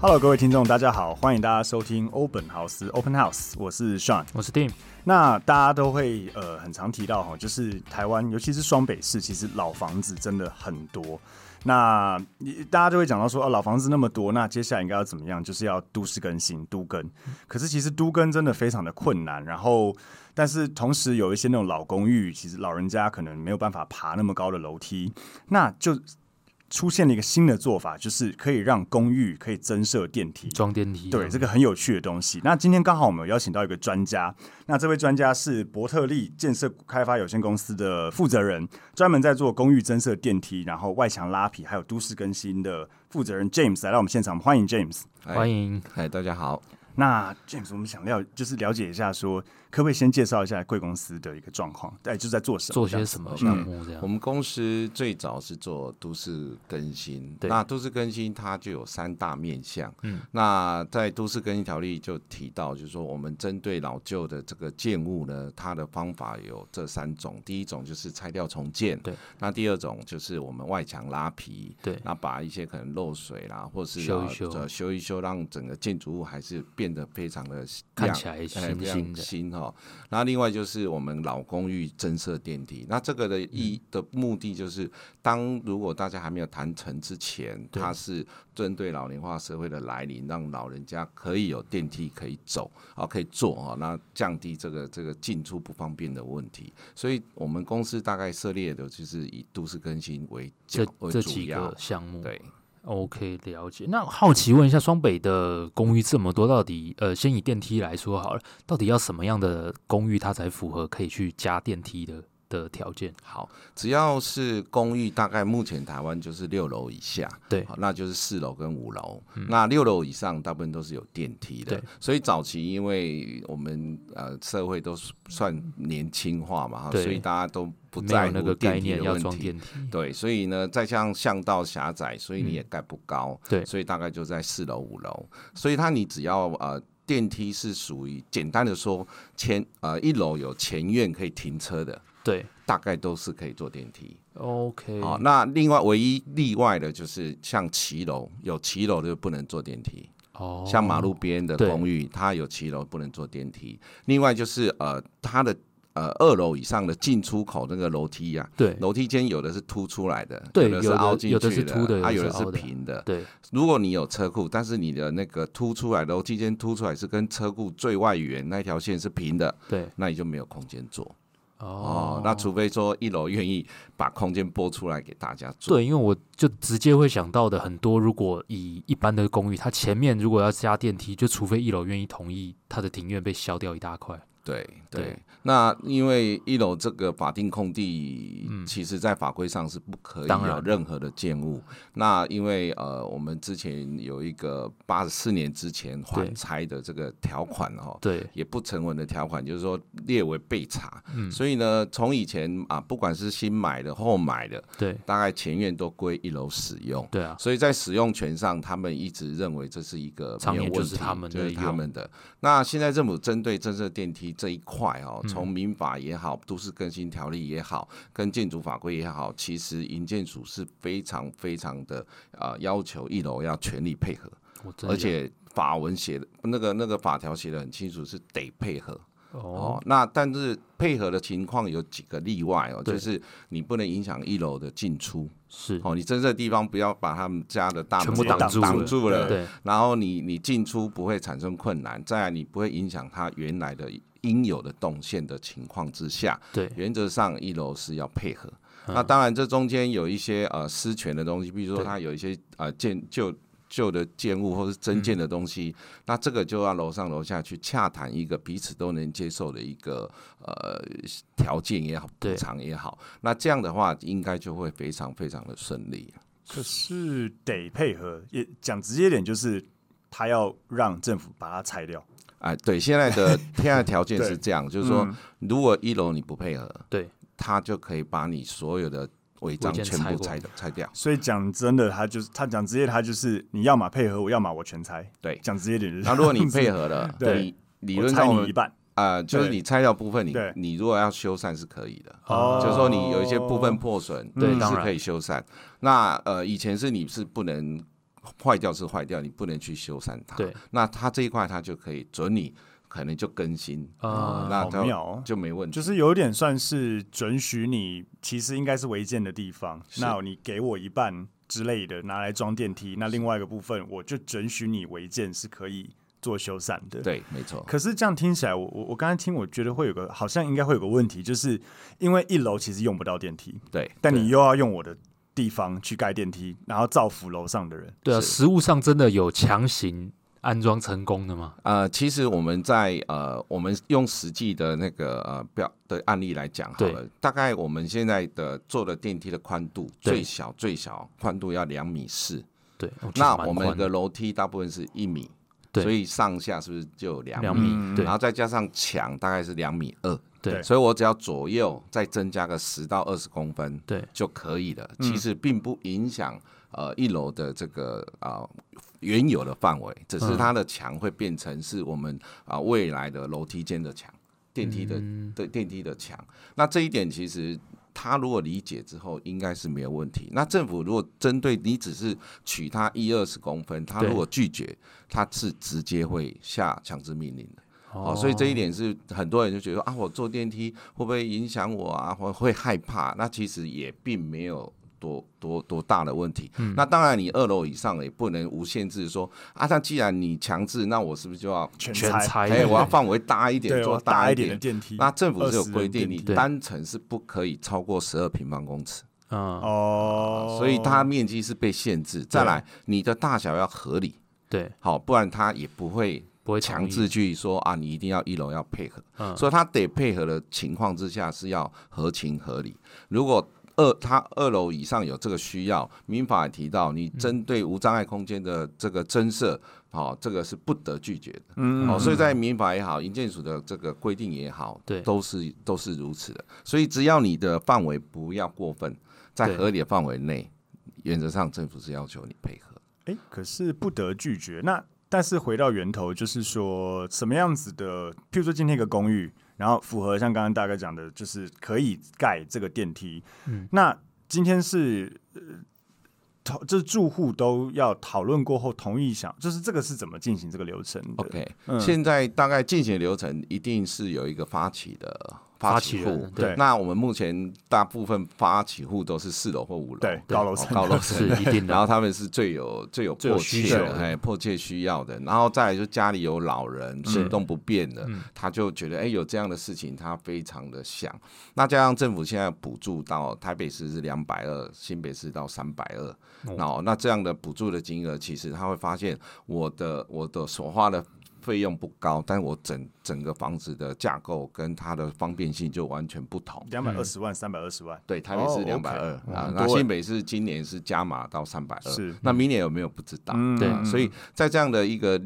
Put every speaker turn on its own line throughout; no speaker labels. Hello，各位听众，大家好，欢迎大家收听欧本豪斯 Open House，我是 Sean。
我是 Tim，
那大家都会呃很常提到哈，就是台湾，尤其是双北市，其实老房子真的很多。那你大家就会讲到说，哦，老房子那么多，那接下来应该要怎么样？就是要都市更新、都更。可是其实都更真的非常的困难。然后，但是同时有一些那种老公寓，其实老人家可能没有办法爬那么高的楼梯，那就出现了一个新的做法，就是可以让公寓可以增设电梯。
装电梯。
对，这个很有趣的东西。那今天刚好我们有邀请到一个专家，那这位专家是伯特利建设开发有限公司的负责人，专门在做公寓增设电梯，然后外墙拉皮，还有都市更新的负责人 James 来到我们现场，我们欢迎 James。
嗨
欢迎。
嗨，大家好。
那 James，我们想了就是了解一下说，可不可以先介绍一下贵公司的一个状况，哎，就是在做什么，
做
这
些
样
什么项目这样
嗯我？们公司最早是做都市更新，
对
那都市更新它就有三大面向。嗯，那在都市更新条例就提到，就是说我们针对老旧的这个建物呢，它的方法有这三种。第一种就是拆掉重建，
对。
那第二种就是我们外墙拉皮，
对
那把一些可能漏水啦，或是
修一
啊
修
呃修一修，让整个建筑物还是变得非常的
看起来
哎
新
非
新
常
的
新哈。那另外就是我们老公寓增设电梯，那这个的
嗯
意的目的就是，当如果大家还没有谈成之前，
对
它是针对老龄化社会的来临，让老人家可以有电梯可以走啊，可以坐啊，那降低这个这个进出不方便的问题。所以我们公司大概涉猎的就是以都市更新为
这
角为
这
主
几
要
个，项目，
对。
，OK，了解。那好奇问一下，双北的公寓这么多，到底呃，先以电梯来说好了，到底要什么样的公寓它才符合可以去加电梯的的条件？
好，只要是公寓，大概目前台湾就是六楼以下，
对嗯
好，那就是四楼跟五楼。那六楼以上，大部分都是有电梯的
对。
所以早期因为我们呃社会都是算年轻化嘛，哈，
对
所以大家都不
没有
在
那
乎
个概
电梯
念
的
要
问
装
题。
电梯，
对，所以呢，再像巷道狭窄，所以你也盖不高，
对
所以大概就在四楼、五楼。所以它你只要呃电梯是属于简单的说前呃一楼有前院可以停车的，
对
大概都是可以坐电梯。
，OK，
好、那另外唯一例外的就是像骑楼，有骑楼就不能坐电梯。
哦，
像马路边的
对
公寓，它有骑楼不能坐电梯。另外就是呃，它的呃二楼以上的进出口那个楼梯呀、
对
楼梯间有的是凸出来的，
对
的
有
是
的
凹进
有
去
的是凸的有的
啊，
是
有的是
凹的
平的。
对
如果你有车库，但是你的那个凸出来楼梯间凸出来是跟车库最外缘那条线是平的，
对
那你就没有空间坐
哦
哦。那除非说一楼愿意把空间拨出来给大家坐。
对，因为我就直接会想到的很多，如果以一般的公寓，它前面如果要加电梯，就除非一楼愿意同意，它的庭院被削掉一大块。
对
对
对，那因为一楼这个法定空地，其实在法规上是不可以
嗯当然
有任何的建物。那因为呃，我们之前有一个八十四年之前
对
缓拆的这个条款哈、哦，
对，
也不成文的条款，就是说列为被查。
嗯
所以呢，从以前啊，不管是新买的、后买的，
对，
大概前院都归一楼使用。
对啊，
所以在使用权上，他们一直认为这是一个
常
没有
年就
问
是
题
他们的
就是他
用
们的。那现在政府针对政策电梯这一块哦，
嗯
从民法也好、都市更新条例也好、跟建筑法规也好，其实营建署是非常非常的呃要求一楼要全力配合，
我真的
而且法文写的那个那个法条写的很清楚，是得配合。
哦，
哦，那但是配合的情况有几个例外哦，
对
就是你不能影响一楼的进出。
是，
哦，你真正地方不要把他们家的大门
全部挡住了
挡住了，
对，
然后你你进出不会产生困难，再来你不会影响它原来的应有的动线的情况之下，
对，
原则上一楼是要配合。那当然，这中间有一些呃私权的东西，比如说
嗯对
它有一些呃建旧旧的建物或是增建的东西，
嗯
那这个就要楼上楼下去洽谈一个彼此都能接受的一个呃条件也好，
对
补偿也好。那这样的话，应该就会非常非常的顺利。
可是得配合，也讲直接一点，就是他要让政府把它拆掉。
哎，对，现在的现在的条件
对
是这样，就是说，如果一楼你不配合，
嗯对，
他就可以把你所有的违章
违建
全
拆
部
过
拆掉拆掉。
所以讲真的，他就是他讲直接，他就是你要么配合我，要么我全拆。
对，
讲直接一 点就是，，
那如果你配合了
对
你理
我
论
拆
上我
你一
们
半，
啊，就是
对
你拆掉部分，你
对
你如果要修缮是可以的。
哦嗯
就是说你有一些部分破损，
对
你
当
是
然
可以修缮。那呃，以前是你是不能坏掉是坏掉，你不能去修缮它。
对，
那它这一块它就可以准你可能就更新
啊
哦那
好妙哦
它就没问题。
就是有点算是准许你，其实应该是违建的地方，
是
那你给我一半之类的拿来装电梯，那另外一个部分我就准许你违建是可以做修缮的。。
对，没错。
可是这样听起来，我我我刚才听，我觉得会有个好像应该会有个问题，就是因为一楼其实用不到电梯，
对，
但
对
你又要用我的地方去盖电梯，然后造福楼上的人。
对啊，
是
实物上真的有强行安装成功的吗？
呃，其实我们在呃，我们用实际的那个呃标的案例来讲好
对
了，大概我们现在的做的电梯的宽度
对
最小最小宽度要两米四，
对，哦其实
那
蛮
我们
宽
的
的
楼梯大部分是一米，
对
所以上下是不是就有两
两
米？
米，对
嗯然后再加上墙大概是两米二，
对
所以我只要左右再增加个十到二十公分
对
就可以了。其实并不影响呃一楼的这个啊、原有的范围，只
嗯
是它的墙会变成是我们啊、未来的楼梯间的墙、电梯的、
嗯
对电梯的墙。那这一点其实。他如果理解之后，应该是没有问题。那政府如果针对你只是取他一二十公分，他
对
如果拒绝，他是直接会下强制命令的。
哦
哦，所以这一点是很多人就觉得说啊，我坐电梯会不会影响我啊？ 或会害怕？那其实也并没有多多多大的问题。
嗯
那当然，你二楼以上也不能无限制说啊，那既然你强制，那我是不是就要？
全
全
拆，
拆
哎，我要
放
范围大一 点，
对，
做
我大
一
一点的。电梯。
那政府是有
20人
规定，
电
你
梯
对
单层是不可以超过十二平方公尺。
嗯，
哦，
所以它面积是被限制。再来，你的大小要合理，
对，
好，不然它也不会
不会
强
同意
制去说啊，你一定要一楼要配合。
嗯
所以它得配合的情况之下是要合情合理。如果二它二楼以上有这个需要，民法也提到，你
嗯
针对无障碍空间的这个增设，好、这个是不得拒绝的。
嗯
哦，所以在民法也好，营建署的这个规定也好，
对
都是都是如此的。所以只要你的范围不要过分，在
对
合理的范围内，原则上政府是要求你配合。
哎，可是不得拒绝。那但是回到源头，就是说什么样子的，譬如说今天一个公寓，然后符合像刚刚大哥讲的，就是可以盖这个电梯。嗯，那今天是。呃同就是住户都要讨论过后同意想，就是这个是怎么进行这个流程的嗯
OK，、现在大概进行流程一定是有一个发起的
发
起
起
户
人。
对
那我们目前大部分发起户都是四楼或五楼，
对
哦
高楼层
高楼层
是一定
然后
的，
他们是最有最有
最有
迫
需
切
求
的，
的
哎，迫切需要的。然后再来就家里有老人，行动不便的，
嗯
他就觉得哎有这样的事情，他非常的想。那加上政府现在补助到台北市是两百二，新北市到三百二，
哦
那那这样的补助的金额，其实他会发现我的我的所花的。费用不高，但我整整个房子的架构跟它的方便性就完全不同。
两百二十
嗯
万、三百二十万，
对，台北
哦
是两
，OK，
百二啊
很，
那
多欸
新北市今年是加码到三百二，
是
那明年有没有不知道？
嗯
对
啊所以在这样的一个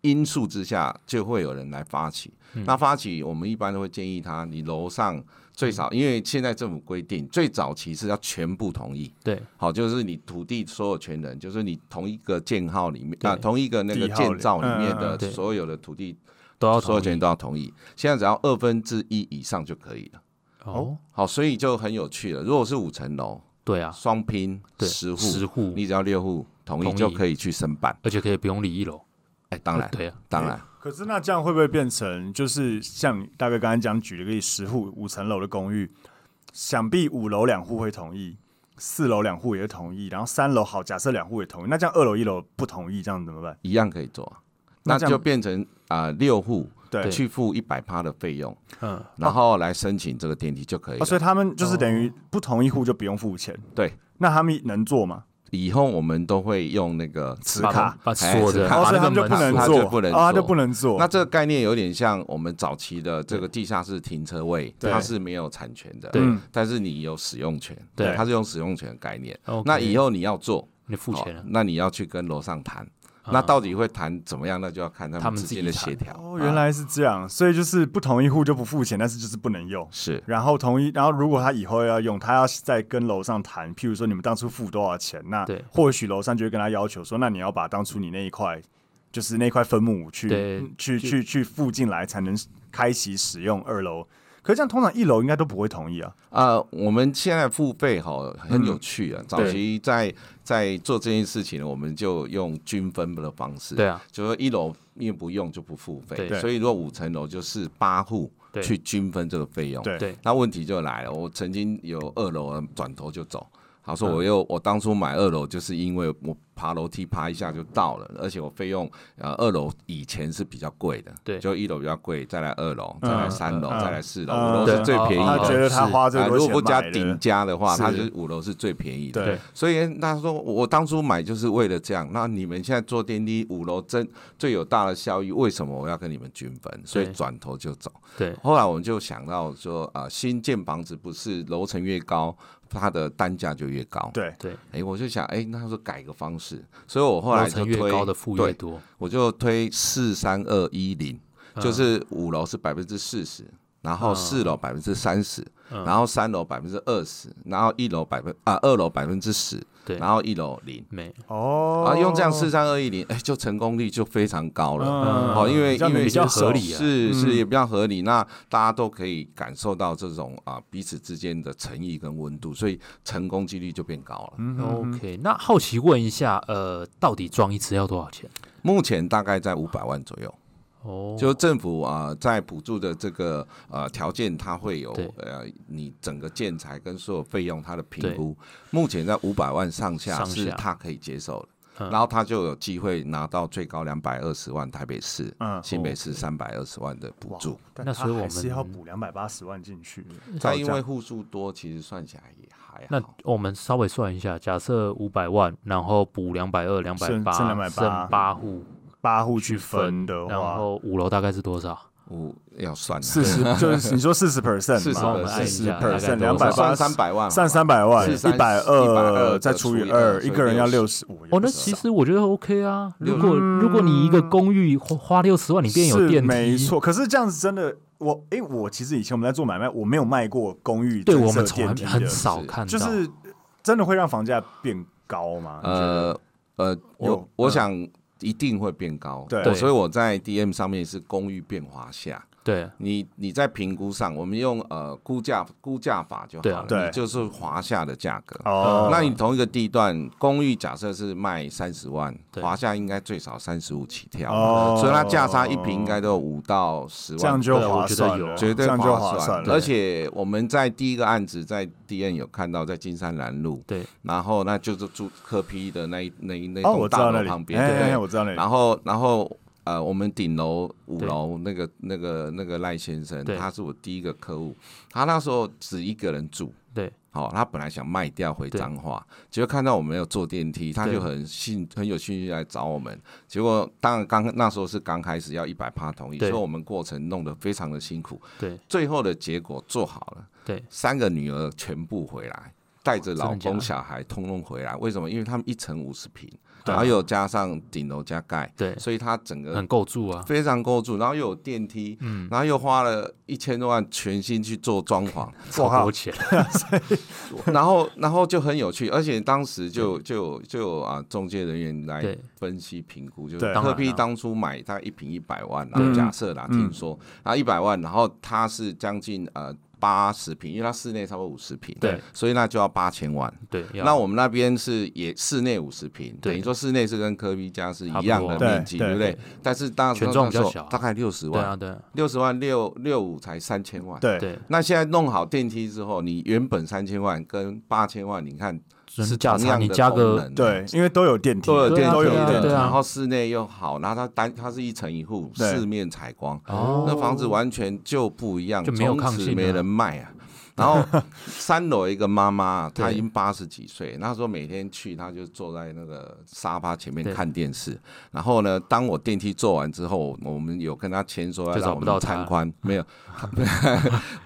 因素之下，就会有人来发起。
嗯
那发起，我们一般都会建议他，你楼上最少，
嗯
因为现在政府规定，最早期是要全部同意。
对
好，就是你土地所有权人，就是你同一个建号里面
对
啊，同一个那个
地号里
建造里面
嗯嗯
的
嗯对
所有的土地
都要
所有权
同意
都要同意。现在只要二分之一以上就可以了。
哦，
好，所以就很有趣了。如果是五层楼，
对啊，
双拼
对，
十户，
十户，
你只要六户同
同
意
意
就可以去申办。
而且可以不用理一楼，
哎，当然，
对啊，
当然，
可是那这样会不会变成就是像你大哥刚才讲举了个例，十户五层楼的公寓，想必五楼两户会同意，四楼两户也同意，然后三楼好，假设两户也同意，那这样二楼一楼不同意，这样怎么办？
一样可以做。
那
那
这样
就变成啊，六户
对，
去付一百趴的费用，
嗯，
然后来申请这个电梯就可以
哦
了。
所以他们就是等于不同意户就不用付钱，
对，
那他们能做吗？
以后我们都会用那个磁
把
卡
门
把
哎
锁
磁
着
卡
哦，所以
那
他
个
们就
门
不
锁
能
着
做，
就不能
哦他就
做
不能做。
那这个概念有点像我们早期的这个地下室停车位，
对
它是没有产权的，
对
嗯
但是你有使用权，
对
它是用使用权的概念。
哦
OK
那以后你要做，
你付钱
哦
了，
那你要去跟楼上谈。
啊
那到底会谈怎么样？那就要看他
他
们
们
之间
自
的
己谈
协调。
哦，原来是这样，所以就是不同意户就不付钱，但是就是不能用。
是
然后同意，然后如果他以后要用，他要再跟楼上谈，譬如说你们当初付多少钱，那
对
或许楼上就会跟他要求说，那你要把当初你那一块，就是那块分母去
对
嗯去去去付进来，才能开启使用二楼可是这样通常一楼应该都不会同意啊。
啊、我们现在付费哈很
嗯
有趣啊。早期在在做这件事情呢，我们就用均分的方式，
对啊，
就说一楼因为不用就不付费，
对
所以如果五层楼就是八户
对
去均分这个费用，
对
对
那问题就来了，我曾经有二楼人转头就走。他
嗯
说：“我又我当初买二楼，就是因为我爬楼梯爬一下就到了，而且我费用呃二楼以前是比较贵的，
对
就一楼比较贵，再来二楼，再来三楼，
嗯
再来四楼，
嗯
五楼是最便宜
他
哦
的。
觉得他花最
啊，
多
如
钱
果不加
买的
顶加的话，
是
它就是五楼是最便宜的。
对
对
所以他说我当初买就是为了这样。那你们现在做电梯五楼真最有大的效益，为什么我要跟你们均分？所以
对
转头就走。
对
后来我们就想到说啊、新建房子不是楼层越高，它的单价就越高。，
对
对，
哎，我就想，哎，那他说改个方式，所以我后
楼
来就
层
推
越高的付越
对，
多，
我就推四三二一零，
嗯
就是五楼是百分之四十，然后四楼百分之三十，
嗯
然后三楼百分之二十，然后一楼百分啊二楼百分之十，
对
然后一楼零。
没
哦，
啊，用这样四三二一零，哎，就成功率就非常高了。
嗯
哦，因为
这样
因为
比较
是
合
理啊
是
嗯
是也比较合理。那大家都可以感受到这种啊彼此之间的诚意跟温度，所以成功几率就变高
嗯
了。
OK。那好奇问一下，呃，到底装一次要多少钱？
目前大概在五百万左右。
哦，
就政府啊、呃在补助的这个呃条件，它会有
对
呃，你整个建材跟所有费用它的评
对
估，目前在五百万上下
上
是
下
它可以接受的。
嗯
然后他就有机会拿到最高两百二十万台北市、
嗯
新北市三百二十万的补助。
但
那
嗯他
所以我
还是
们
要补两百八十万进去。
但因为户数多，其实算起来也还
那
好。
我们稍微算一下，假设五百万，然后补两百二、两百
剩
八，
剩280
剩八户
八户去分
分
的
然
话，
后五楼大概是多少？
五要算啊了
四 十就是你说四十 percent
40%
帮我们按一
十
下，大概
percent
多
两
少
百八
算三百万好了，
上三百万，
是
一百二
120
再除以
除以
二，
二
一个人要
所以
六十嗯五。
哦，那其实我觉得 OK 啊。
六
如果如果你一个公寓花花六十万，你便有
是
电梯，
没错。可是这样子真的，我哎，我其实以前我们在做买卖，我没有卖过公寓
对
增
我
设
们从来
电梯
很
的
少看到，
就是真的会让房价变高吗？你觉得，
呃呃，
有
我我
嗯
想一定会变高。
对
我所以我在 DM 上面是公寓变化下，
对
你你在评估上，我们用呃估价估价法就好
对啊
了，
对
你就是华夏的价格。
哦，
那你同一个地段公寓假设是卖三十万，
对
华夏应该最少三十五起跳嘛，
哦
所以它价差一平应该都有五到十万，
这样就
对
划
我觉得
算
有
了，
绝对
这样就
划
算了。
而且我们在第一个案子在 D N 有看到，在金山南路，
对
然后那就是住科批的那一那一那
哦，我
栋
知
大
道那
楼
里，
旁边，
哎
对不
哎
对
我知道那里。
然后然后呃，我们顶楼五
对
楼那个那个那个赖先生，
对
他是我第一个客户，他那时候只一个人住。
对
好、他本来想卖掉回
对
彰化，结果看到我们有坐电梯，他
对
就很兴很有兴趣来找我们。结果当然刚那时候是刚开始要一百趴同意，所
对
以我们过程弄得非常的辛苦。
对
最后的结果做好了，
对，
三个女儿全部回来，带着老
真的假
公
的
小孩通通回来。为什么？因为他们一层五十平，
对
然后又加上顶楼加盖，
对，
所以它整个
很够住啊。
非常够住，然后又有电梯，
嗯，
然后又花了一千多万全心去做装 潢，
超
哇
多钱，
然后然后就很有趣，而且当时就就就有啊中介人员来
对
分析评估，就
对
是
当然
特批
啦
当初买大概一瓶一百万，然
嗯
后假设啦，
嗯
听说然后一百万，然后它是将近呃八十平，因为它室内差不多五十平，
对，
所以那就要八千万。
对。要
那我们那边是也室内五十平，
对
等于说室内是跟科比家是一
差不
样
多
的
对
面积，
对
对不对？但是当时
权重比较
那时候
小啊
大概六十
对
万，
啊对啊
六十万六六五才三千万。
对，
对，
那现在弄好电梯之后，你原本三千万跟八千万，你看
是
是
价
同
差，
样
你
的
加
功
个
能啊
对，因为都有电梯，
都有
对
电
啊
梯，
都有
对啊
电
对
梯
啊
然后室内又好，然后它单它是一层一户，
对
四面采光，
哦
那房子完全就不一样，
就没有
从
抗
此
性
没
了
人卖啊。然后三楼一个妈妈，她
对
已经八十几岁，那时候每天去，她就坐在那个沙发前面
对
看电视。然后呢，当我电梯做完之后，我们有跟她签说要
就找
让我
不
们
到她
参观，没有，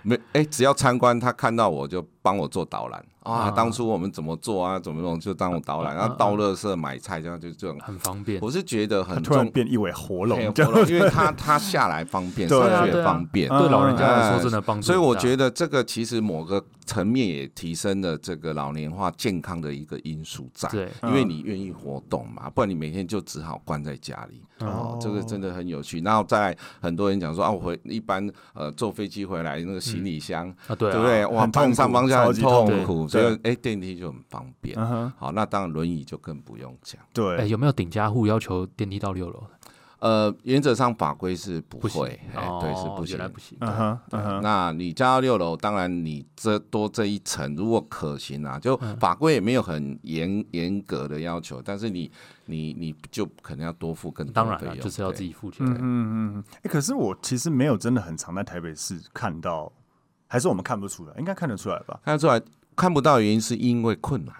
没，哎，只要参观，她看到我就帮我做导览。啊，当初我们怎么做啊，怎么弄，就当我导览，然后
啊
倒垃圾、买菜，这样就这样。
很方便。
我是觉得很
突然
重，
变一尾活龙
嘿，
这样
活动因为他他下来方 便，
对
上
啊
去也方便，
啊
对嗯老人家来
哎
说真的帮助很大。
所以我觉得这个其实某个层面也提升了这个老年化健康的一个因素在，
对，
因
嗯
为你愿意活动嘛，不然你每天就只好关在家里。哦，这个真的很有趣。然后再来很多人讲说啊，我回一般呃坐飞机回来那个行李箱，
啊，对
对不
啊，
对？
嗯
哇，
很痛苦
碰上方向
超
很
级
痛
痛
苦，
对
所以哎电梯就很方便。
嗯哼，
好，那当然轮椅就更不用讲。
哎，
对，
有没有顶家户要求电梯到六楼？
呃，原则上法规是不
不行
会，哎
哦
对，是不行
原来。不行。
嗯哼，嗯哼，
那你加到六楼，当然你这多这一层，如果可行啊，就
嗯
法规也没有很严严格的要求，但是你你你就可能要多付更多
当
的
然
费
了，
用，
就是要
对
自己付钱。
嗯嗯嗯，哎、可是我其实没有真的很常在台北市看到，还是我们看不出来，应该看得出来吧？
看得出来看不到的原因是因为困难。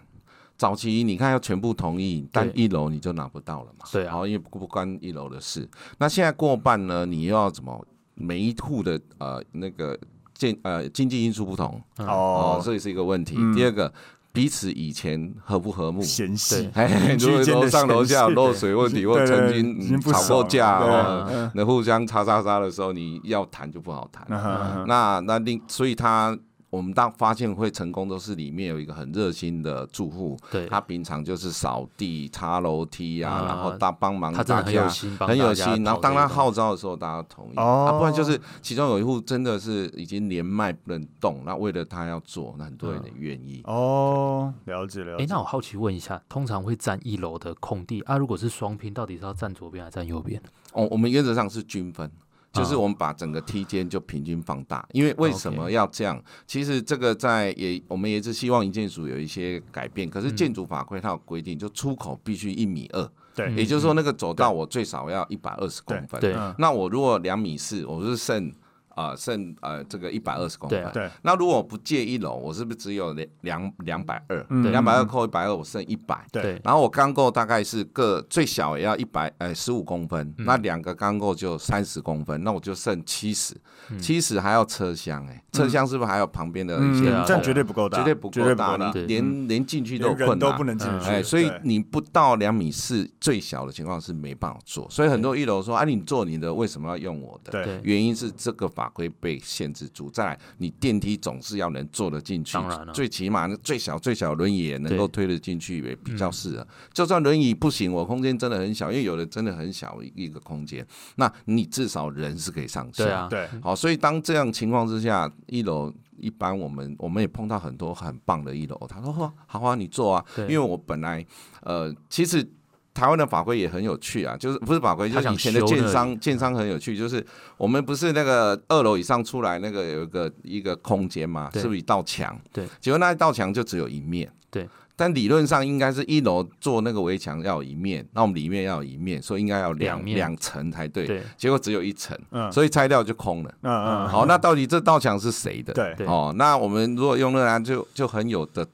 早期你看要全部同意，但
对
一楼你就拿不到了嘛。
对啊
然后因为不不关一楼的事。那现在过半呢，你又要怎么？每一户的呃那个建呃经济因素不同
嗯
哦
哦，，
这也是一个问题。
嗯
第二个，彼此以前和不和睦？
嫌隙
对，
哎，
邻居
哦如
间的
果楼上楼下有
嫌隙
漏水问题，或
对
曾
对
经
已经
嗯
不
吵
爽
过
了
架，
对
哦
嗯
那互相叉叉叉的时候，你要谈就不好谈。
嗯哼
那那另所以他我们当发现会成功，都是里面有一个很热心的住户，
对，
他平常就是扫地、擦楼梯啊，
啊
然后大帮忙
他真
大
的很有
家。
心，帮
很有
大家
心，然后
跑
当
这
他
个东
号召的时候，大家同意。
哦
啊，不然就是其中有一户真的是已经连麦不能动，那为了他要做，那很多人也愿意。
哦，了解了
西。哎，
解。
那我好奇问一下，通常会占一楼的空地啊？如果是双拼，到底是要占左边还是占右边？
哦，我们原则上是均分，就是我们把整个梯间就平均放大。因为为什么要这样？其实这个在也我们也是希望营建署有一些改变，可是建筑法规它有规定，就出口必须一米二，
对，
也就是说那个走道我最少要一百二十公分。
嗯对
嗯
那我如果两米四，我是剩啊、呃剩呃这个一百二十公
对
分
啊。
对，
那如果不借一楼，我是不是只有两两两百二？
嗯
两百二扣一百二，我剩一百。
对
对，
然后我钢构大概是各最小也要一百呃十五公分，
嗯
那两个钢构就三十公分，那我就剩七十、
嗯
七十还要车厢哎、车厢是不是还有旁边的一些
对
空、
啊
嗯，这样绝对不够大，
绝对不
绝
够
对
大，
大
你
对
连连进去都有
连
困
人都
难
不。能进
嗯
去。
哎，所以
对
你不到两米四最小的情况是没办法做，所以很多一楼说啊，你做你的为什么要用我的？
对
对
原因是这个法规被限制住。再来，你电梯总是要能坐得进去，
当然了
最起码那最小最小的轮椅也能
对
够
嗯
推得进去，也比较适合。就算轮椅不行，我空间真的很小，因为有的真的很小一个空间，那你至少人是可以上下。
对啊，
对，
好，所以当这样情况之下，一楼一般我们我们也碰到很多很棒的一楼，他说：“哦，好啊，你做啊。”
对
因为我本来呃，其实台湾的法规也很有趣啊，就是不是法规，
他
就是
想
以前的
修
建
那
商，建商很有趣，就是我们不是那个二楼以上出来那个有一个一个空间嘛，
对
是不是一道墙？
对，
结果那一道墙就只有一面。
对。
但理论上应该是一楼做那个围墙要有一面，那我们里面要有一面，所以应该要两
两面
两层才对。
对
结果只有一层，
嗯
所以拆掉就空了。
嗯嗯，
好，那到底这道墙是谁的？
对，
对
哦，那我们如果用热兰就就很有的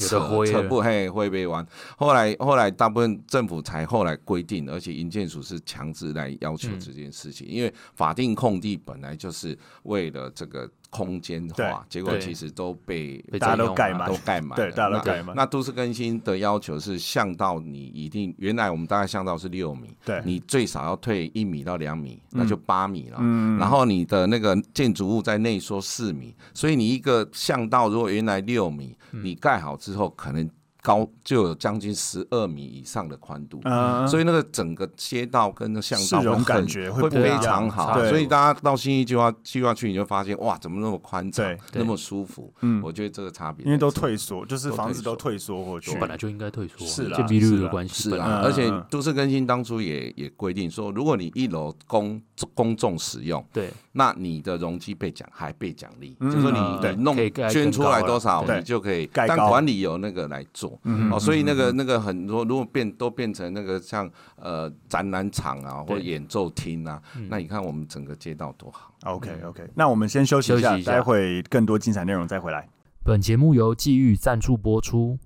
有
扯
的灰
扯
了
不嘿会被玩。后来后来大部分政府才后来规定，而且营建署是强制来要求
嗯
这件事情，因为法定空地本来就是为了这个空间
对
化，结果
对
其实都被
被
大家
占
都
用
盖
了
满
都盖满了，
对，大家
那
都改嘛。
那都市更新的要求是巷道，你一定原来我们大概巷道是六米，
对
你最少要退一米到两米，那就八米了。
嗯
然后你的那个建筑物在内缩四米，所以你一个巷道如果原来六米，
嗯
你盖好之后可能高就有将近十二米以上的宽度。
嗯，
所以那个整个街道跟那巷道
市
会
容
很
感觉会
会
不一
非
样
常好，
对
所以大家到新一计划计划区，你就发现哇，怎么那么宽敞
对，
对
那么舒服？
嗯
我觉得这个差别
因为都
在这
退缩，就是
都
房
退
子都
缩
退缩过去。
本来就应该退缩啊，
是啦
建蔽率
是
的
啦
关系
是
本来
啊
嗯，
而且
嗯
都市更新当初也也规定说，如果你一楼公公众使用，
对
那你的容积被奖还被奖励，
嗯
就是说你
对
你弄
可以盖
捐
更
出
高
来
了
多少，
啊对
你就可以。
盖
但
高
管理由那个来做
嗯
哦，所以那个那个很多，如果变都变成那个像呃展览场啊，或者
对
演奏厅啊，那你看我们整个街道多好。
OK OK，那我们先休息一
休
下，
息一下
待会更多精彩内容再回来。
本节目由际遇赞助播出。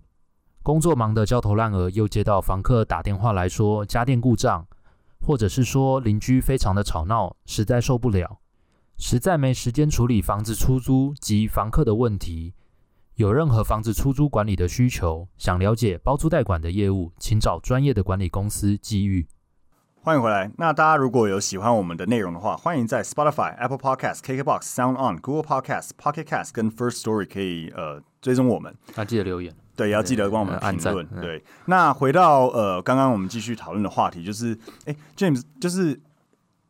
工作忙得焦头烂额，又接到房客打电话来说家电故障，或者是说邻居非常的吵闹，实在受不了，实在没时间处理房子出租及房客的问题。有任何房子出租管理的需求，想了解包租代管的业务，请找专业的管理公司机遇。
欢迎回来。那大家如果有喜欢我们的内容的话，欢迎在 Spotify、Apple Podcast、KKBox、Sound On、Google Podcast、Pocket Cast 跟 First Story 可以呃追踪我们。
那、记得留言。
对，也要记得帮我们
呃按
评
赞
论。
嗯
对，那回到呃，刚刚我们继续讨论的话题，就是哎、j a m e s 就是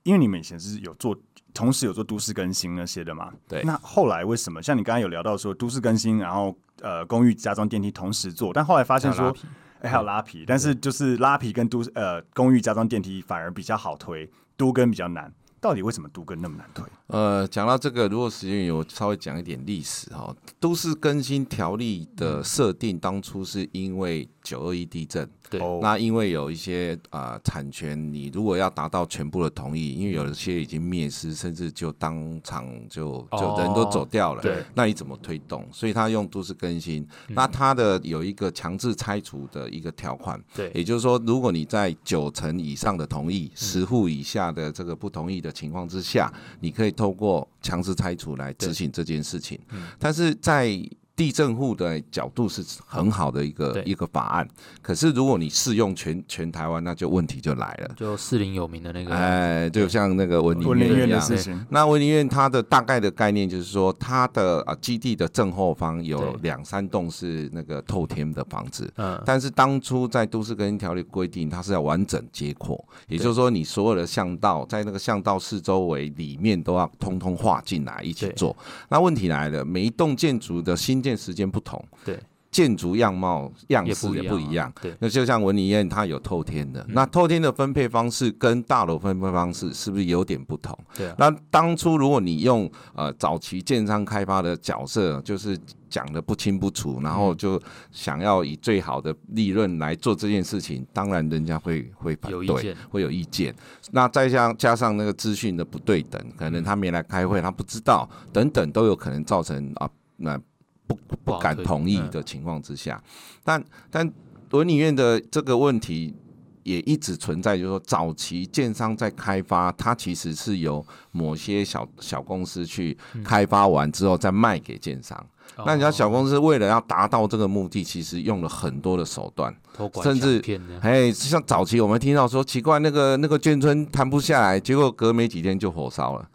因为你们以前是有做，同时有做都市更新那些的嘛？
对
那后来为什么像你刚刚有聊到说都市更新，然后呃，公寓加装电梯同时做，但后来发现
还
说
有拉皮，嗯
哎、还有拉皮，但是就是拉皮跟都市呃公寓加装电梯反而比较好推，都跟比较难。到底为什么都跟那么难推？
呃，讲到这个，如果时间有，稍微讲一点历史哈、哦。都市更新条例
嗯
的设定，当初是因为九二一地震，
对
哦
那因为有一些啊、呃产权，你如果要达到全部的同意，因为有一些已经灭失，甚至就当场就就人都走掉了。
哦对，嗯
那你怎么推动？所以他用都市更新，那他的有一个强制拆除的一个条款，也
对，
就是说，如果你在九成以上的同意、十户以下的这个不同意的情况之下，你可以透过强制拆除来执行这件事情。但是在地震户的角度是很好的一个
对
一个法案，可是如果你适用全全台湾，那就问题就来了。
就四零有名的那个，
哎，就像那个文
文林
林
院
院一
的
样，啊
事情，
那文林苑它的大概的概念就是说，它的啊基地的正后方有
对
两三栋是那个透天的房子，
嗯，
但是当初在都市更新条例规定，它是要完整街廓，也就是说你所有的巷道在那个巷道四周围里面都要通通划进来一起
对
做。那问题来了，每一栋建筑的新建时间不同，
对，
建筑样貌样
也
式
不
也
一
不一
样
样
啊，。对，
那就像文林宴，它有透天的，那透天的分配方式跟大楼分配方式是不是有点不同？
对啊
那当初如果你用呃早期建商开发的角色，就是讲的不清不楚，然
嗯
后就想要以最好的利润来做这件事情，当然人家会会反
有意
对，
见，
会有意见。那再加加上那个资讯的不对等，可
嗯
能他没来开会，他不知道，等等都有可能造成啊那、不不
好
敢
推
同意
嗯
的情况之下，但但文理院的这个问题也一直存在，就是说早期建商在开发，它其实是由某些小小公司去开发完之后再卖给建商。那你知道小
哦
公司为了要达到这个目的，其实用了很多的手段。
偷拐
甚
抢
至
骗的，
哎，像早期我们听到说奇怪，那个那个眷村谈不下来，结果隔没几天就火烧 了。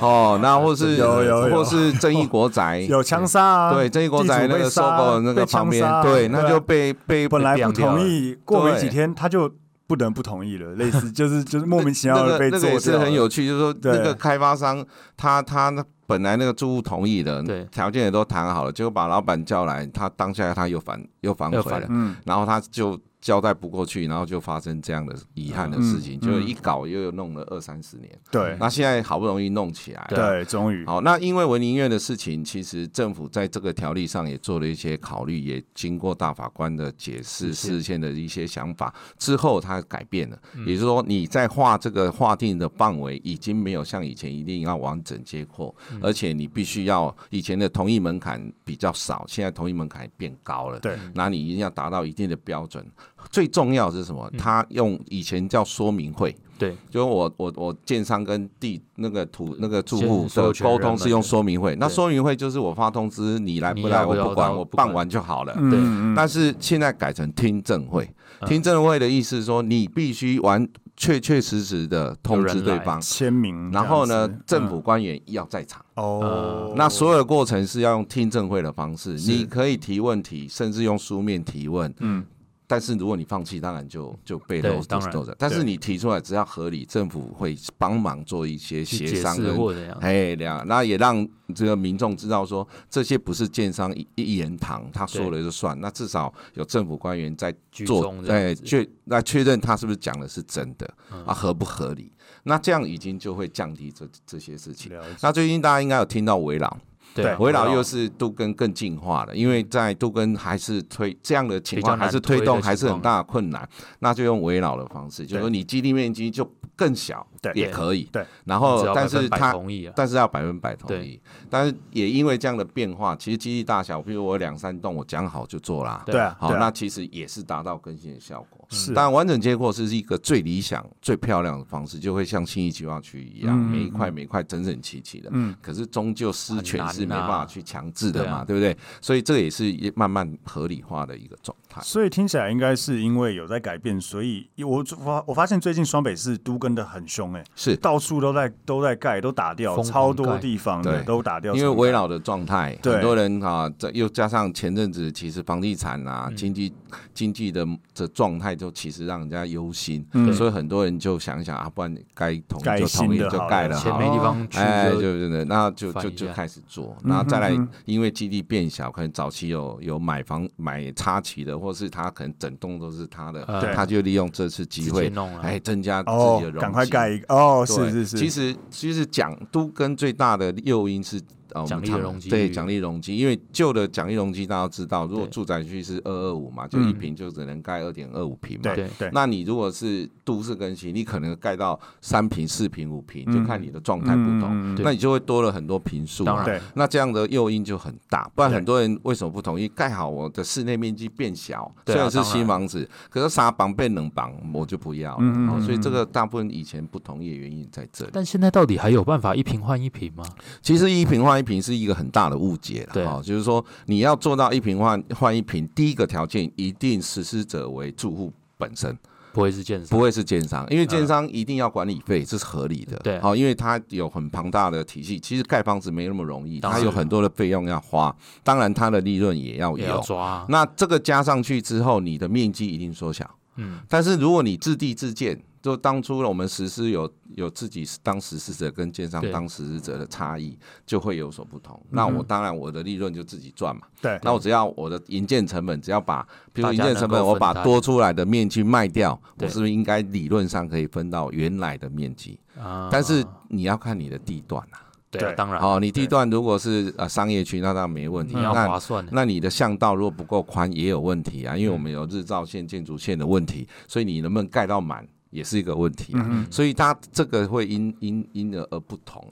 哦，那或是
有有有
或是正义国宅，
有枪杀啊，
对正义国
地
宅
主
那
被
个收
杀
购的那
被
个
枪
旁边
杀，
对，
啊
那就被 被
本来不
晾掉
同
了
意，过没几
对
天他就不能不同意了，类似就是 就是莫名其
那
妙的
个
被
那
做
个
掉
也
了。
是很有趣，就是说
对
那个开发商他他那本来那个住户同意的
对，
条件也都谈好了，结果把老板叫来，他当下他又反又反
又
悔
反
了，
嗯，
然后他就交代不过去，然后就发生这样的遗憾的事情，
嗯
就一搞又有弄了二三十年。
对
那现在好不容易弄起来了，
对，终于
嗯好，那因为文林院的事情，其实政府在这个条例上也做了一些考虑，也经过大法官的解释、
是
视线的一些想法之后，它改变了。
嗯
也就是说，你在划这个划定的范围，已经没有像以前一定要完整接阔，
嗯
而且你必须要以前的同意门槛比较少，现在同意门槛变高了。
对，
那你一定要达到一定的标准。最重要的是什么？它用以前叫说明会。
嗯对，
就是我我我建商跟地那个土那个住
建
户
所有
的
权人
沟通
们
是用
的
说明会，那
对
说明会就是我发通知你来
你
不
来
来
不
我
来
不
我
管，
当
我
我不
办
管
完就好了。
嗯
对
嗯
但是现在改成听证会，
嗯
听证会的意思说你必须完确确实实的通知对方，
签名这样子，
然后呢，政
嗯
府官员要在场。
哦，
那所有的过程是要用听证会的方式，
是
你可以提问题，甚至用书面提问。
嗯，
但是如果你放弃，当然就就被
对
漏
当然
漏着。但是你提出来，只要合理，政府会帮忙做一些
去
协
解
商
释
跟
或怎样，
哎，两那也让这个民众知道说，这些不是建商一一言堂，他说了就算。那至少有政府官员在
居
做
中，这样
哎，
子嗯
确那确认他是不是讲的是真的啊，合不合理？那这样已经就会降低这这些事情。
了解
那最近大家应该有听到围绕，
对啊，
对
围绕又是杜根更进化了，因为在杜根还是推这样的情
比较
况，
难
还是推
推的
动还是
情
很
况
大的困难，那就用围绕的方式，就是说你基地面积就更小，
对
也可以。
对，
然后
只要
但
百
是
分百
它
同意啊，
但是要百分百同
对
意。但是也因为这样的变化，其实基地大小，譬如我有两三栋，我讲好就做啦。
对
对啊，
好，
对啊
那其实也是达到更新的效果。
是
当然，完整结构是一个最理想、最漂亮的方式，就会像新义计划区一
嗯
样，每一块每一块整整齐齐的。
嗯，
可是终究私权是没办法去强制的
很难
嘛，
啊
对不对？所以这个也是一慢慢合理化的一个状态。
所以听起来应该是因为有在改变，所以我我我发现最近双北市都跟的很凶哎、
是
到处都在都在盖，都打掉
疯狂
超多
盖
地方的
对
都打掉重
因
盖，
为围绕的状态，
对
很多人啊，这又加上前阵子其实房地产啊、
嗯
经济经济的的状态，就其实让人家忧心，
嗯
所以很多人就想一想啊，不然该同
盖
意就同
新
意
的
就
好
盖
了
了好
钱
了，
没地方去
哎，
就
对对对，那就
翻
就
一
就
下
开始做，然后再来
嗯哼，
因为基地变小，可能早期有有买房买插旗的，或是他可能整栋都是他的，
呃
对
他就利用这次
直
机
接
会，
弄了，
哎，增加自
哦
己的容积，
赶快盖一个哦，
对
是是是，
其实其实讲都跟最大的诱因是呃，我
奖
们
励
常
的容积
对
率
奖励容积，因为旧的奖励容积大家都知道，如果
对
住宅区是二二五嘛，就
嗯
一平就只能盖二点二五平嘛。
对
对
对，
那你如果是都市更新，你可能盖到三平、四平、五平，
嗯
就看你的状态不同，
嗯嗯嗯
对
那你就会多了很多平数
当
嘛。
然
对
那这样的诱因就很大，不然
对
很多人为什么不同意？盖好我的室内面积变小，
对啊
虽然是
当然
新房子，可是沙房变冷房，我就不要了。
嗯嗯
哦
嗯
所以这个大部分以前不同意的原因在这里。
但现在到底还有办法一瓶换一瓶吗？
其实一瓶换一瓶是一个很大的误解了，
对
哦，就是说你要做到一瓶换换一瓶，第一个条件一定实施者为住户本身。
不会是建商
不，会是建商，因为建商一定要管理费，这是合理的。
嗯对
好，因为它有很庞大的体系。其实盖房子没那么容易，
当然
它有很多的费用要花，当然它的利润也要
也
有
要。抓啊，
那这个加上去之后，你的面积一定缩小。
嗯，
但是如果你自地自建，就当初我们实施有有自己当实施者跟建商
对嗯
当实施者的差异，就会有所不同。那我当然我的利润就自己赚嘛。
对
那我只要我的营建成本，只要把，比如
大
说
家
营建成本，
能够
我
分
把
担
多出来的面积卖掉，我
对
是不是应该理论上可以分到原来的面积？
啊
但是你要看你的地段啊。
对啊
对，
当然
哦，你地
对
段如果是呃商业区，那当然没问题。
你要
那
划算的，
那你的巷道如果不够宽，也有问题啊，因为我
嗯
们有日照线、建筑线的问题，所以你能不能盖到满也是一个问
嗯
题、啊。所以它这个会因因因而而不同。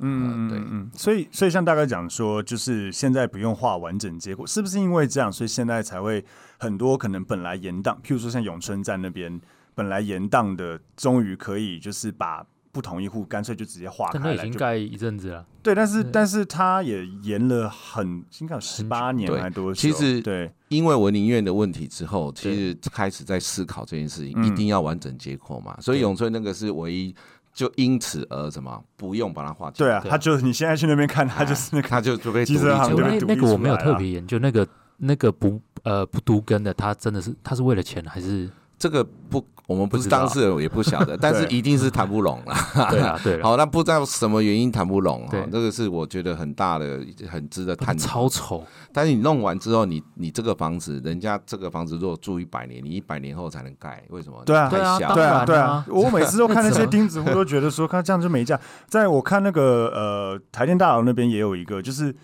嗯，
嗯，对
嗯。嗯，所以所以像大概讲说，就是现在不用画完整结果，是不是因为这样，所以现在才会很多可能本来延宕，譬如说像永春站那边本来延宕的，终于可以就是把不同一户干脆就直接划
但那
开
已
来
经
就，
盖一阵子了，
对，但是但是他也延了很，应该有十八年
对
还多久，
其实
对，
因为文林院的问题之后，其
对
实开始在思考这件事情，
嗯
一定要完整结果嘛。所以永春那个是唯一，就因此而什么不用把它划清，
对啊，
对啊
他就你现在去那边看，他就是那个，
它啊就就被独
其
立
实它
哎
好
出
像就
来
被
那
独立
那个我
出
没有
来
特
了
别研究，那个那个不呃不读根的，他真的是他是为了钱还 是
这个不，我们不
不
是
知道
当事人，我也不晓得，但是一定是谈不拢啦。
对啊对啊，
好，那不知道什么原因谈不拢
对
哈，这个是我觉得很大的、很值得
他
探讨。
超丑，
但是你弄完之后，你你这个房子，人家这个房子如果住一百年，你一百年后才能盖，为什么？
对啊
太
对啊
小
当
对
了
啊，
然
对啊
啊，
我每次都看那
那
些
怎
啊
么
钉子户，都觉得说，看这样就没价。在我看那个呃台电大楼那边也有一个，就是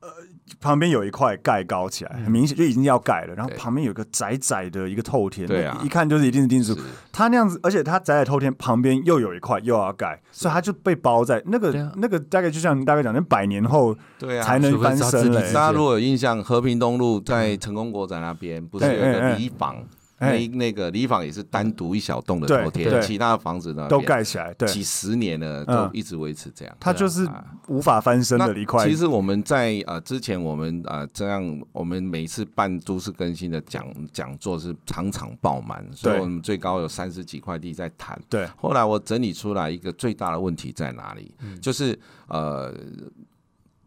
呃旁边有一块盖高起来，很明显就已经要盖了，然后
嗯对
旁边有一个窄窄的一个透天，
对啊
一看就是一定是钉子户。
是
它那样子，而且它窄窄透天旁边又有一块又要盖，所以它就被包在那
对
个
啊
那个大概就像你大概讲，那百年后
对啊，
才能翻身嘞
是。
大家如果有印象，和平东路在成功国展那边，不是有一个李坊？
哎哎哎
那那个李坊也是单独一小栋的
对
头
对
天，其他的房子呢
都，盖起来，对，
几十年了，
嗯
都一直维持这样。
它就是
啊
无法翻身的一块。
其实我们在呃之前，我们呃这样，我们每次办都市更新的讲讲座是场场爆满，所以我们最高有三十几块地在谈。
对，
后来我整理出来一个最大的问题在哪里，就是呃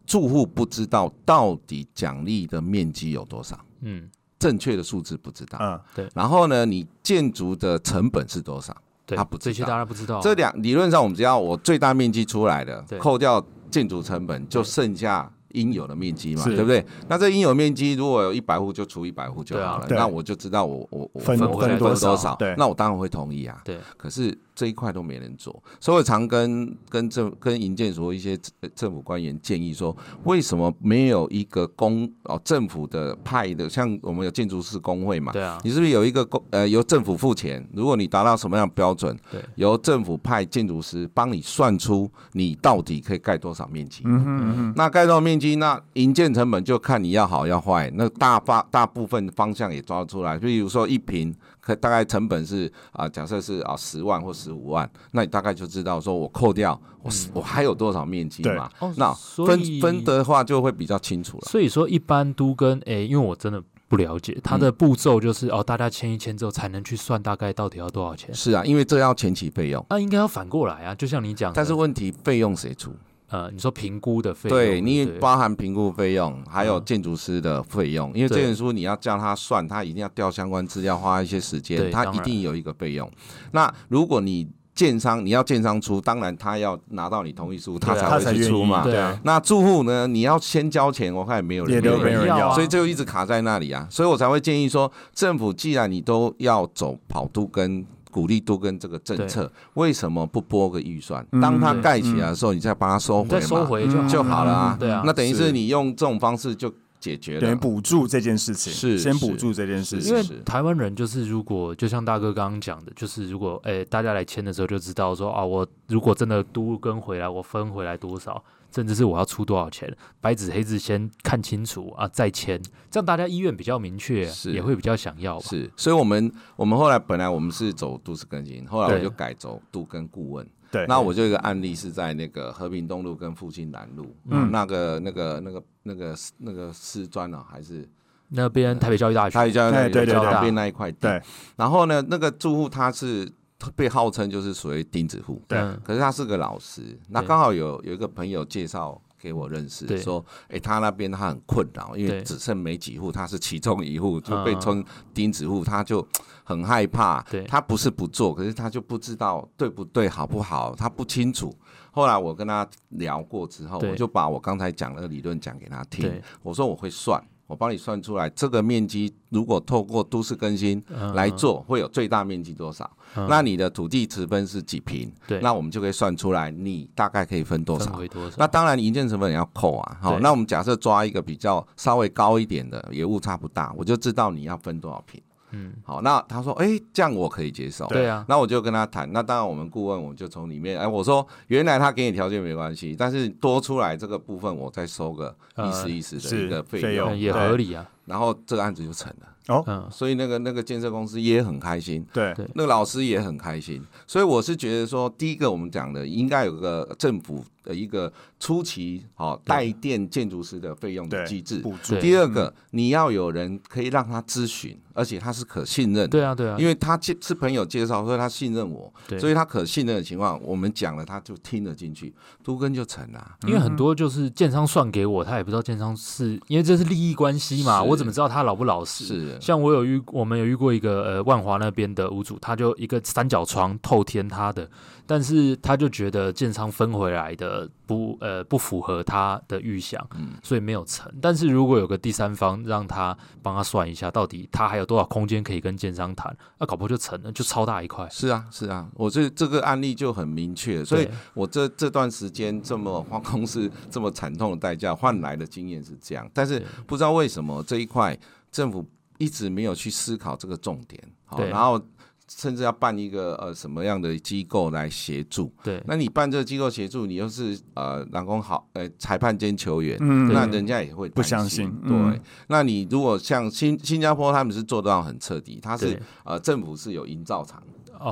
住户不知道到底奖励的面积有多少，
嗯，
正确的数字不知道。
嗯，
然后呢，你建筑的成本是多少？
对，
他不知
这些
道
当然不知道啊，
这两理论上，我们只要我最大面积出来的
对，
扣掉建筑成本，就剩下应有的面积嘛，
是
对不对？那这应有面积如果有一百户，就除一百户就好
对啊
了，
对
那我就知道我我我
分
我
分
分
多
多
少
少
对，
那我当然会同意啊。
对
可是这一块都没人做，所以我常跟跟政跟营建署一些政政府官员建议说，为什么没有一个公哦政府的派的，像我们有建筑师工会嘛，
对啊，
你是不是有一个公呃由政府付钱？如果你达到什么样的标准，
对
由政府派建筑师帮你算出你到底可以盖多少面积。
嗯哼嗯哼，
那盖到面积，那营建成本就看你要好要坏。那大发大部分方向也抓出来，比如说一平可大概成本是啊、假设是啊十、10万或十五万，那你大概就知道说我扣掉我、我还有多少面积嘛。
哦
那
所
分
以
分的话就会比较清楚了。
所以说，一般都跟诶、因为我真的不了解它
嗯
的步骤，就是、哦，大家签一签之后才能去算大概到底要多少钱。
是啊，因为这要前期费用，
那、应该要反过来啊，就像你讲的，
但是问题费用谁出？
呃，你说评估的费用，
对你
不
包含评估费用，还有
嗯
建筑师的费用，因为
对
这本书你要叫他算，他一定要调相关资料，花一些时间
对，
他
当
一
然
定有一个费用。那如果你建商，你要建商出，当然他要拿到你同意书，
对啊
才
他
会
才
去
愿
出
意
嘛。
对啊，
那住户呢？你要先交钱，我看也没有人
也都
没
没
有
人
人要啊
要，
所以就一直卡在那里啊。所以我才会建议说，政府既然你都要走跑都跟。鼓励都跟这个政策，为什么不拨个预算？
嗯
当它
对
盖起来的时候，你再把它收
你再
回嘛。
收回就
嗯
就好了啊
嗯对啊，
那等于是
是
你用这种方式就解决
等于
了。
补助这件事情，
是
先补
是
助这件事
是
情，
因为
是
台湾人就是，如果就像大哥刚刚讲的，就是如果诶、大家来签的时候就知道说啊，我如果真的都跟回来，我分回来多少，甚至是我要出多少钱，白纸黑字先看清楚啊，再签，这样大家意愿比较明确，
是
也会比较想要吧。
是，所以我们我们后来本来我们是走都市更新，后来我
对
就改走都跟顾问。
对，
那我就有一个案例是在那个和平东路跟复兴南路，
嗯
那个那个那个那个那个师专啊，还是
那边嗯台北教育大
他
学，
也叫那
哎对
个
对
对
旁边那一块地
对。
然后呢，那个住户他是被号称就是属于钉子户，
对
嗯
可是他是个老师，那
对
刚好有有一个朋友介绍给我认识
对，
说，哎、他那边他很困扰，因
对
为只剩没几户，他是其中一户就
嗯
被称钉子户，他就很害怕
对。
他不是不做，可是他就不知道对不对、好不好，他不清楚。后来我跟他聊过之后，
对
我就把我刚才讲的理论讲给他听
对，，
我说我会算。我帮你算出来，这个面积如果透过都市更新
嗯
来，做，会有最大面积多少？
嗯
那你的土地持分是几平？
对
那我们就可以算出来你大概可以分多
分
少。
回多少？
那当然，营建成本也要扣啊。好，
对
那我们假设抓一个比较稍微高一点的，也误差不大，我就知道你要分多少平。
嗯，
好，那他说，哎、这样我可以接受。
对啊，
那我就跟他谈，那当然我们顾问我们就从里面，哎，我说原来他给你条件没关系，但是多出来这个部分我再收个
呃
意思意思的
是
一个费
费
用，
用
嗯也
对
合理啊，
然后这个案子就成了。
嗯，
所以那个那个建设公司也很开心，
对
对
那个老师也很开心，所以我是觉得说，第一个我们讲的应该有个政府的一个初期好、哦、带电建筑师的费用的
对
机制。
补助
对
第二个，你要有人可以让他咨询，而且他是可信任的，
对啊，对啊，
因为他介是朋友介绍，所以他信任我，
对
所以他可信任的情况，我们讲了他就听了进去，都跟就成了、
因为很多就是建商算给我，他也不知道建商是因为这是利益关系嘛，
是
我怎么知道他老不老实？
是
像我有遇，我们有遇过一个呃万华那边的屋主，他就一个三角床透天他的，但是他就觉得建商分回来的不呃不符合他的预想，
嗯
所以没有成。但是如果有个第三方让他帮他算一下，到底他还有多少空间可以跟建商谈，那、搞不好就成了，就超大一块。
是啊，是啊，我这这个案例就很明确，所以
对
我这这段时间这么花公司这么惨痛的代价换来的经验是这样，但是
对
不知道为什么这一块政府一直没有去思考这个重点，好，
对
然后甚至要办一个呃什么样的机构来协助。
对
那你办这个机构协助，你又是呃劳工好呃裁判兼球员，
嗯
那
对
人家也会
不
担
相
心
信
对，
嗯
那你如果像新新加坡，他们是做到很彻底，他是
对
呃政府是有营造厂。
哦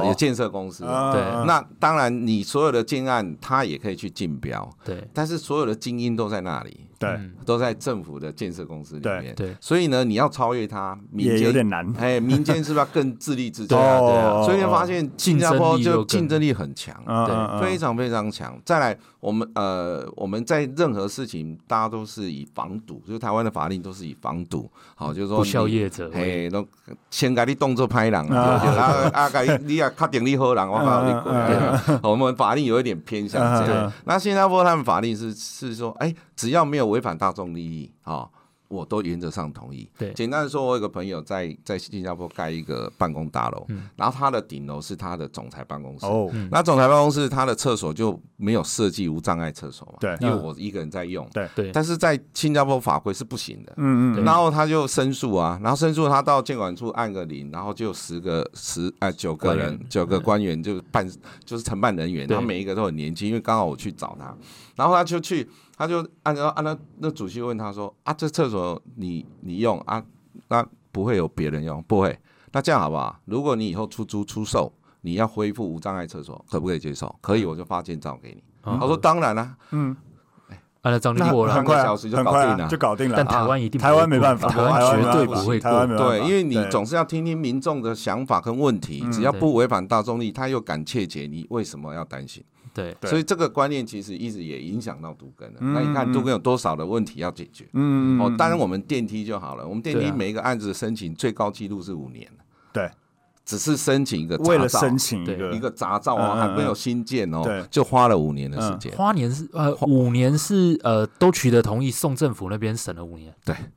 哦，有建设公司。
啊
对
那当然，你所有的建案，它也可以去竞标，
对
但是所有的精英都在那里，
对
嗯
都在政府的建设公司里面。
对
所以呢，你要超越它，民
也有
间
点难，
哎，民间是不是要更自 立自
对
强？
啊对啊
哦
所以你会发，现新加坡
竞争力又
就
更
竞争力很强。
嗯
对
嗯嗯
非常非常强。再来，我们呃，我们在任何事情，大家都是以防堵，就是台湾的法令都是以防堵，好，就是说
不
你
肖业者为
嘿，都先甲你动作歹人啊，
啊
对不对啊啊，甲你你也确定你好人，我靠你
嗯嗯
滚！哦我们法令有一点偏向
嗯
这
嗯
样
嗯。
那新加坡他们法令是是说，哎，只要没有违反大众利益，哦，我都原则上同意。
对
简单的说，我有个朋友在在新加坡盖一个办公大楼，
嗯
然后他的顶楼是他的总裁办公室。嗯
哦，
那总裁办公室他的厕所就没有设计无障碍厕所嘛？
对
因为我一个人在用。
对
嗯对
但是在新加坡法规是不行的。
嗯嗯
然后他就申诉啊，然后申诉他到监管处按个铃，然后就十个十啊九个
官
人
员
九个官员就办就是承办人员，
对
他每一个都很年轻，因为刚好我去找他，然后他就去，他就按照按照那主席问他说啊，这厕所你你用啊，那不会有别人用，不会，那这样好不好？如果你以后出租出售，你要恢复无障碍厕所，可不可以接受？可以，我就发建照给你。
嗯
他说当然啊啦、
嗯，
按照张力
那
过
很
了，
快
半个
啊，
小时就
很
搞
快啊
定了
就搞定了。
但台湾一定不会
台湾没办法，
过台
湾
湾绝对
没
不
办法
会
台湾
过。
没办法
对，因为你
对
总是要听听民众的想法跟问题，
嗯
只要不违反大众利益，他又敢切解，你为什么要担心？
对
对
所以这个观念其实一直也影响到杜根了。
嗯
那你看杜根有多少的问题要解决？
嗯，嗯
哦
嗯，
当然我们电梯就好了，我们电
对
梯
啊
每一个案子的申请最高记录是五年，
对，
只是申请一个
为了
杂照
申请一
对
个
一个杂照
嗯嗯
啊，还
嗯
没有新建哦
对，嗯
就花了五年的时间。
花莲是呃五年是呃都取得同意，送政府那边审了五
呃
年，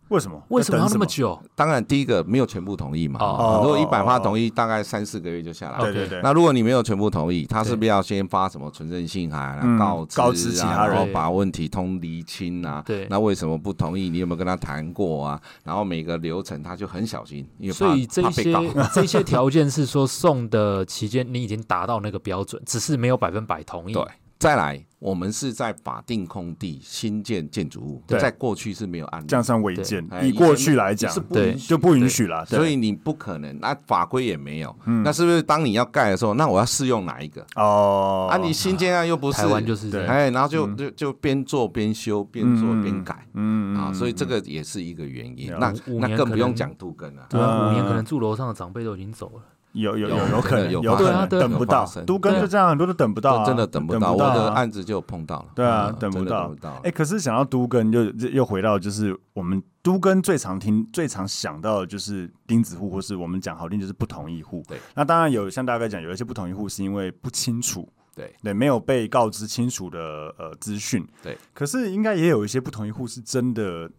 为什么？
为什么要
要
那么？久？
当然，第一个没有全部同意嘛，
哦
如果一百
哦哦
趴
哦
同意，大概三四个月就下来了。
对对
OK
对，
那如果你没有全部同意，他是不是要先发什么存证信函
嗯
啊、告知啊
告知其他人
然后把问题通厘清啊？
对
那为什么不同意？你有没有跟他谈过啊？然后每个流程他就很小心，因为怕
所以这
怕
一
被
些
告。
这一些条件是说送的期间你已经达到那个标准，只是没有百分百同意。
对再来，我们是在法定空地新建建筑物，
对
在过去是没有案例
这，样算违建。
哎
以
以
过
前
去来讲
是，不
对
允许
就不允许嗯啦。对
所以你不可能，那法规也没有。那是不是当你要盖的时候，那我要适用哪一个？
哦，
啊，你新建案又不是
台湾就是这
对
样。
哎，然后就就就边做边修，边做边改。
嗯
啊，所以这个也是一个原因。
了
那
解五
那
年
更
可
不用
能
讲杜根了。
对啊，
嗯
五年可能住楼上的长辈都已经走了。
有有
有
有有可
真的
能
有
有
发
可能
生对啊
等
有
不
发
到，
生
都根
对
就这样，很多都等不到啊，
真的等不到，我
啊
的案子就碰到了。
对啊
嗯
等不
真的
到
等不到了
哎、。可是想到都根，又又回到就是我们都根最常听、最常想到的就是钉子户，或是我们讲好听就是不同意户。
对，
那当然有像大概讲，有一些不同意户是因为不清楚，
对
对，没有被告知清楚的呃资讯。
对，
可是应该也有一些不同意户是真的，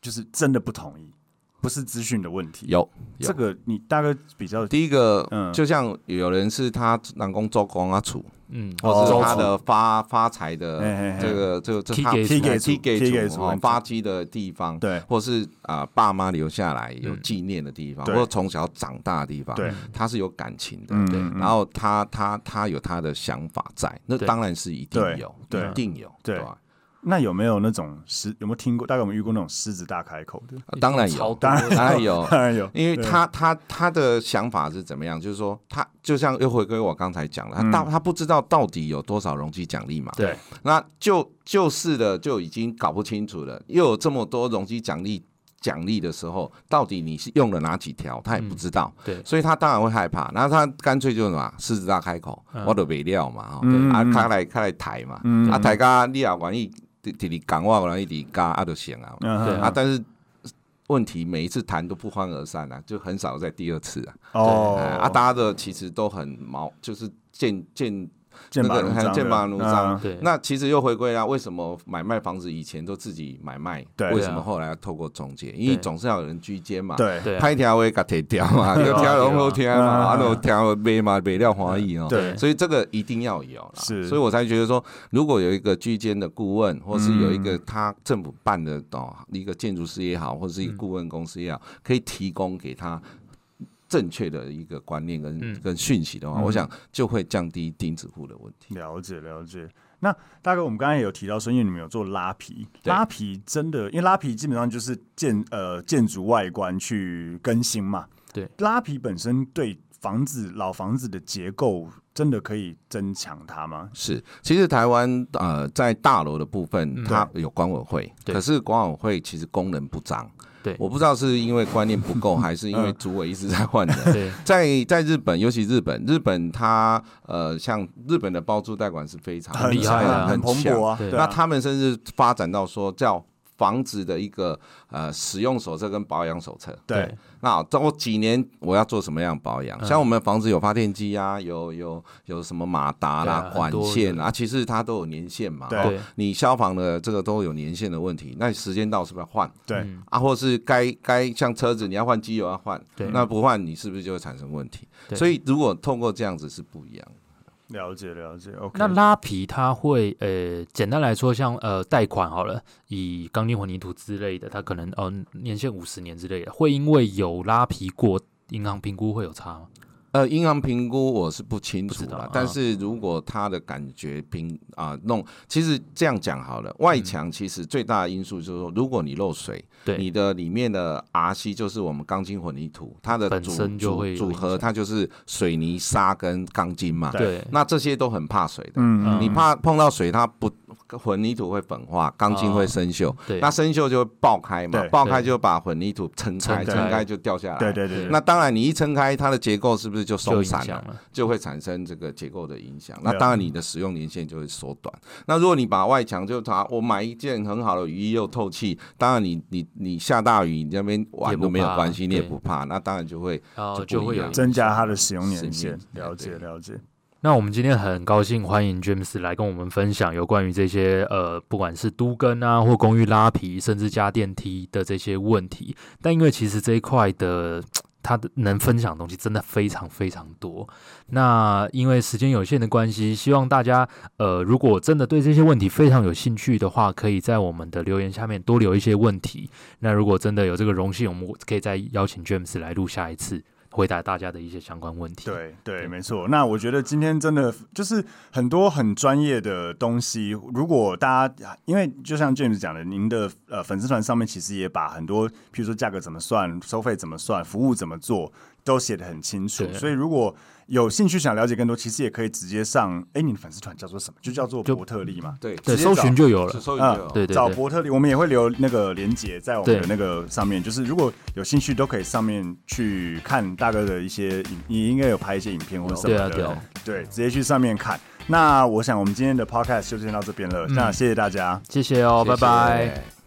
就是真的不同意，不是资讯的问题。
有
这个你大概比较
第一个
嗯，
就像有人是他南宫周公啊楚，
嗯，
或
哦
是他的发发财的
哎
这个这个这
踢
他
给
踢给
踢给
踢给
主
主
哦
嗯
发迹的地方，
对
或是啊爸妈留下来有
嗯
纪念的地方，
对
或者从小长大的地方，
对，
他是有感情的。
嗯
对
嗯
然后他他他有他的想法在，那
对
当然是一定
对
有，
对
一定有，
对
吧？
那有没有那种狮？有没有听过？大概我们遇过那种狮子大开口的？
啊当然
超
有，
多
当
当然 有，
当然有，
因为
对
他他他的想法是怎么样？就是说，他就像又回归我刚才讲了，
嗯
他到、他不知道到底有多少容积奖励嘛，
对
那就就是的就已经搞不清楚了，又有这么多容积奖励奖励的时候，到底你是用了哪几条，他也不知
嗯
道。
对
所以他当然会害怕，然后他干脆就什么狮子大开口，
嗯
我都没料嘛，哈、
嗯
啊
嗯
开来开来抬嘛，
嗯
啊抬家你也愿意直直直讲我，我愿意直讲啊就行啊，
嗯
对
啊，但是问题每一次谈都不欢而散啊，就很少在第二次啊。
哦
哎啊，大家的其实都很毛，就是剑剑
剑拔
那个哎
弩张，
剑拔弩张
嗯，
对，
那其实又回归啦，为什么买卖房子以前都自己买卖，
对
为什么后来要透过中介？因为
对
总是要有人居间嘛。。
对
对啊
拍条会给贴掉嘛，
对
有
啊
条龙后天嘛，
对啊
啊，有条卖嘛，卖了欢喜哦。
对
所以这个一定要有啦。
是
所以我才觉得说，如果有一个居间的顾问，或是有一个
嗯
他政府办的哦，一个建筑师也好，或是一个顾问公司也好，可以提供给他。正确的一个观念跟、
嗯
跟讯息的话，
嗯
我想就会降低钉子户的问题。
了解了解。那大哥，我们刚才也有提到说，因为你们有做拉皮，
对
拉皮真的，因为拉皮基本上就是建呃建筑外观去更新嘛。
对，
拉皮本身对房子老房子的结构真的可以增强它吗？
是，其实台湾呃在大楼的部分，
嗯
它有管委会，
对
可是管委会其实功能不彰。
对嗯
我不知道是因为观念不 够，还是因为主委一直在换人。
对
在在日本，尤其日本，日本它呃，像日本的包租代管是非常
很厉害
强
啊
很蓬
强
勃啊。
对
对啊
那他们甚至发展到说叫房子的一个呃使用手册跟保养手册。
对，
那好等我几年我要做什么样的保养？
嗯
像我们房子有发电机啊，有有有什么马达啦、
对啊很
管
多
线
的
啊，其实它都有年限嘛。
对
哦
对
你消防的这个都有年限的问题，那时间到是不是要换
对
嗯
啊？或是该该像车子你要换机油要换，
对
那不换你是不是就会产生问题？
对
所以如果透过这样子是不一样的。
了解了解。OK，
那拉皮它会呃，简单来说像，呃贷款好了，以钢筋混凝土之类的，它可能呃年限五十年之类的，会因为有拉皮过，银行评估会有差吗？
呃，银行评估我是不清楚
不知道
了
啊，
但是如果他的感觉评啊、弄，其实这样讲好了，外墙其实最大的因素就是说，如果你漏水，
嗯对
你的里面的 RC 就是我们钢筋混凝土，它的
本
组
身就
组
会有
组
影
合，
响
它就是水泥、沙跟钢筋嘛，
对，
那这些都很怕水的。
嗯，
你怕碰到水，它不混凝土会粉化，钢筋会生锈，
哦对
那生锈就会爆开嘛
对，
爆开就把混凝土撑开，
撑
开
撑开就掉下来。
对对对，对
那当然，你一撑开，它的结构是不是就
就
松
影
散
响啊
了？
了，
就会产生这个结构的影响。
了
那
解
当然，你的使用年限就会缩短。那如果你把外墙就它，我买一件很好的雨衣又透气，当然你你你下大雨，你这边玩都没有关
也
系，
不怕
你也不怕。那当然就会
然后
就
哦就
不一
会有
样
影
增加
响
它的使用年
使用
限
年，限
了解
对
了解。
那我们今天很高兴欢迎 James 来跟我们分享有关于这些呃，不管是都跟啊，或公寓拉皮，甚至加电梯的这些问题。但因为其实这一块的它的能分享的东西真的非常非常多。那因为时间有限的关系，希望大家呃，如果真的对这些问题非常有兴趣的话，可以在我们的留言下面多留一些问题。那如果真的有这个荣幸，我们可以再邀请 James 来录下一次，回答大家的一些相关问题。
对对，
对
没错。那我觉得今天真的就是很多很专业的东西。如果大家因为就像 James 讲的，您的呃粉丝团上面其实也把很多，譬如说价格怎么算、收费怎么算、服务怎么做，都写的很清楚。
对
所以如果有兴趣想了解更多，其实也可以直接上。哎，你的粉丝团叫做什么？就叫做
就
伯特利嘛。
对
对，
直接
搜
找
寻就有了
是。搜寻
啊
就有
对对
找
对
伯特利，我们也会留那个连接在我们
对
的那个上面，就是如果有兴趣都可以上面去看大哥的一些影，你应该有拍一些影片或者什么
对
的，
啊，对啊，
对，直接去上面看。那我想我们今天的 podcast 就先到这边了，
嗯
那谢谢大家。
谢谢哦，
谢谢
拜拜。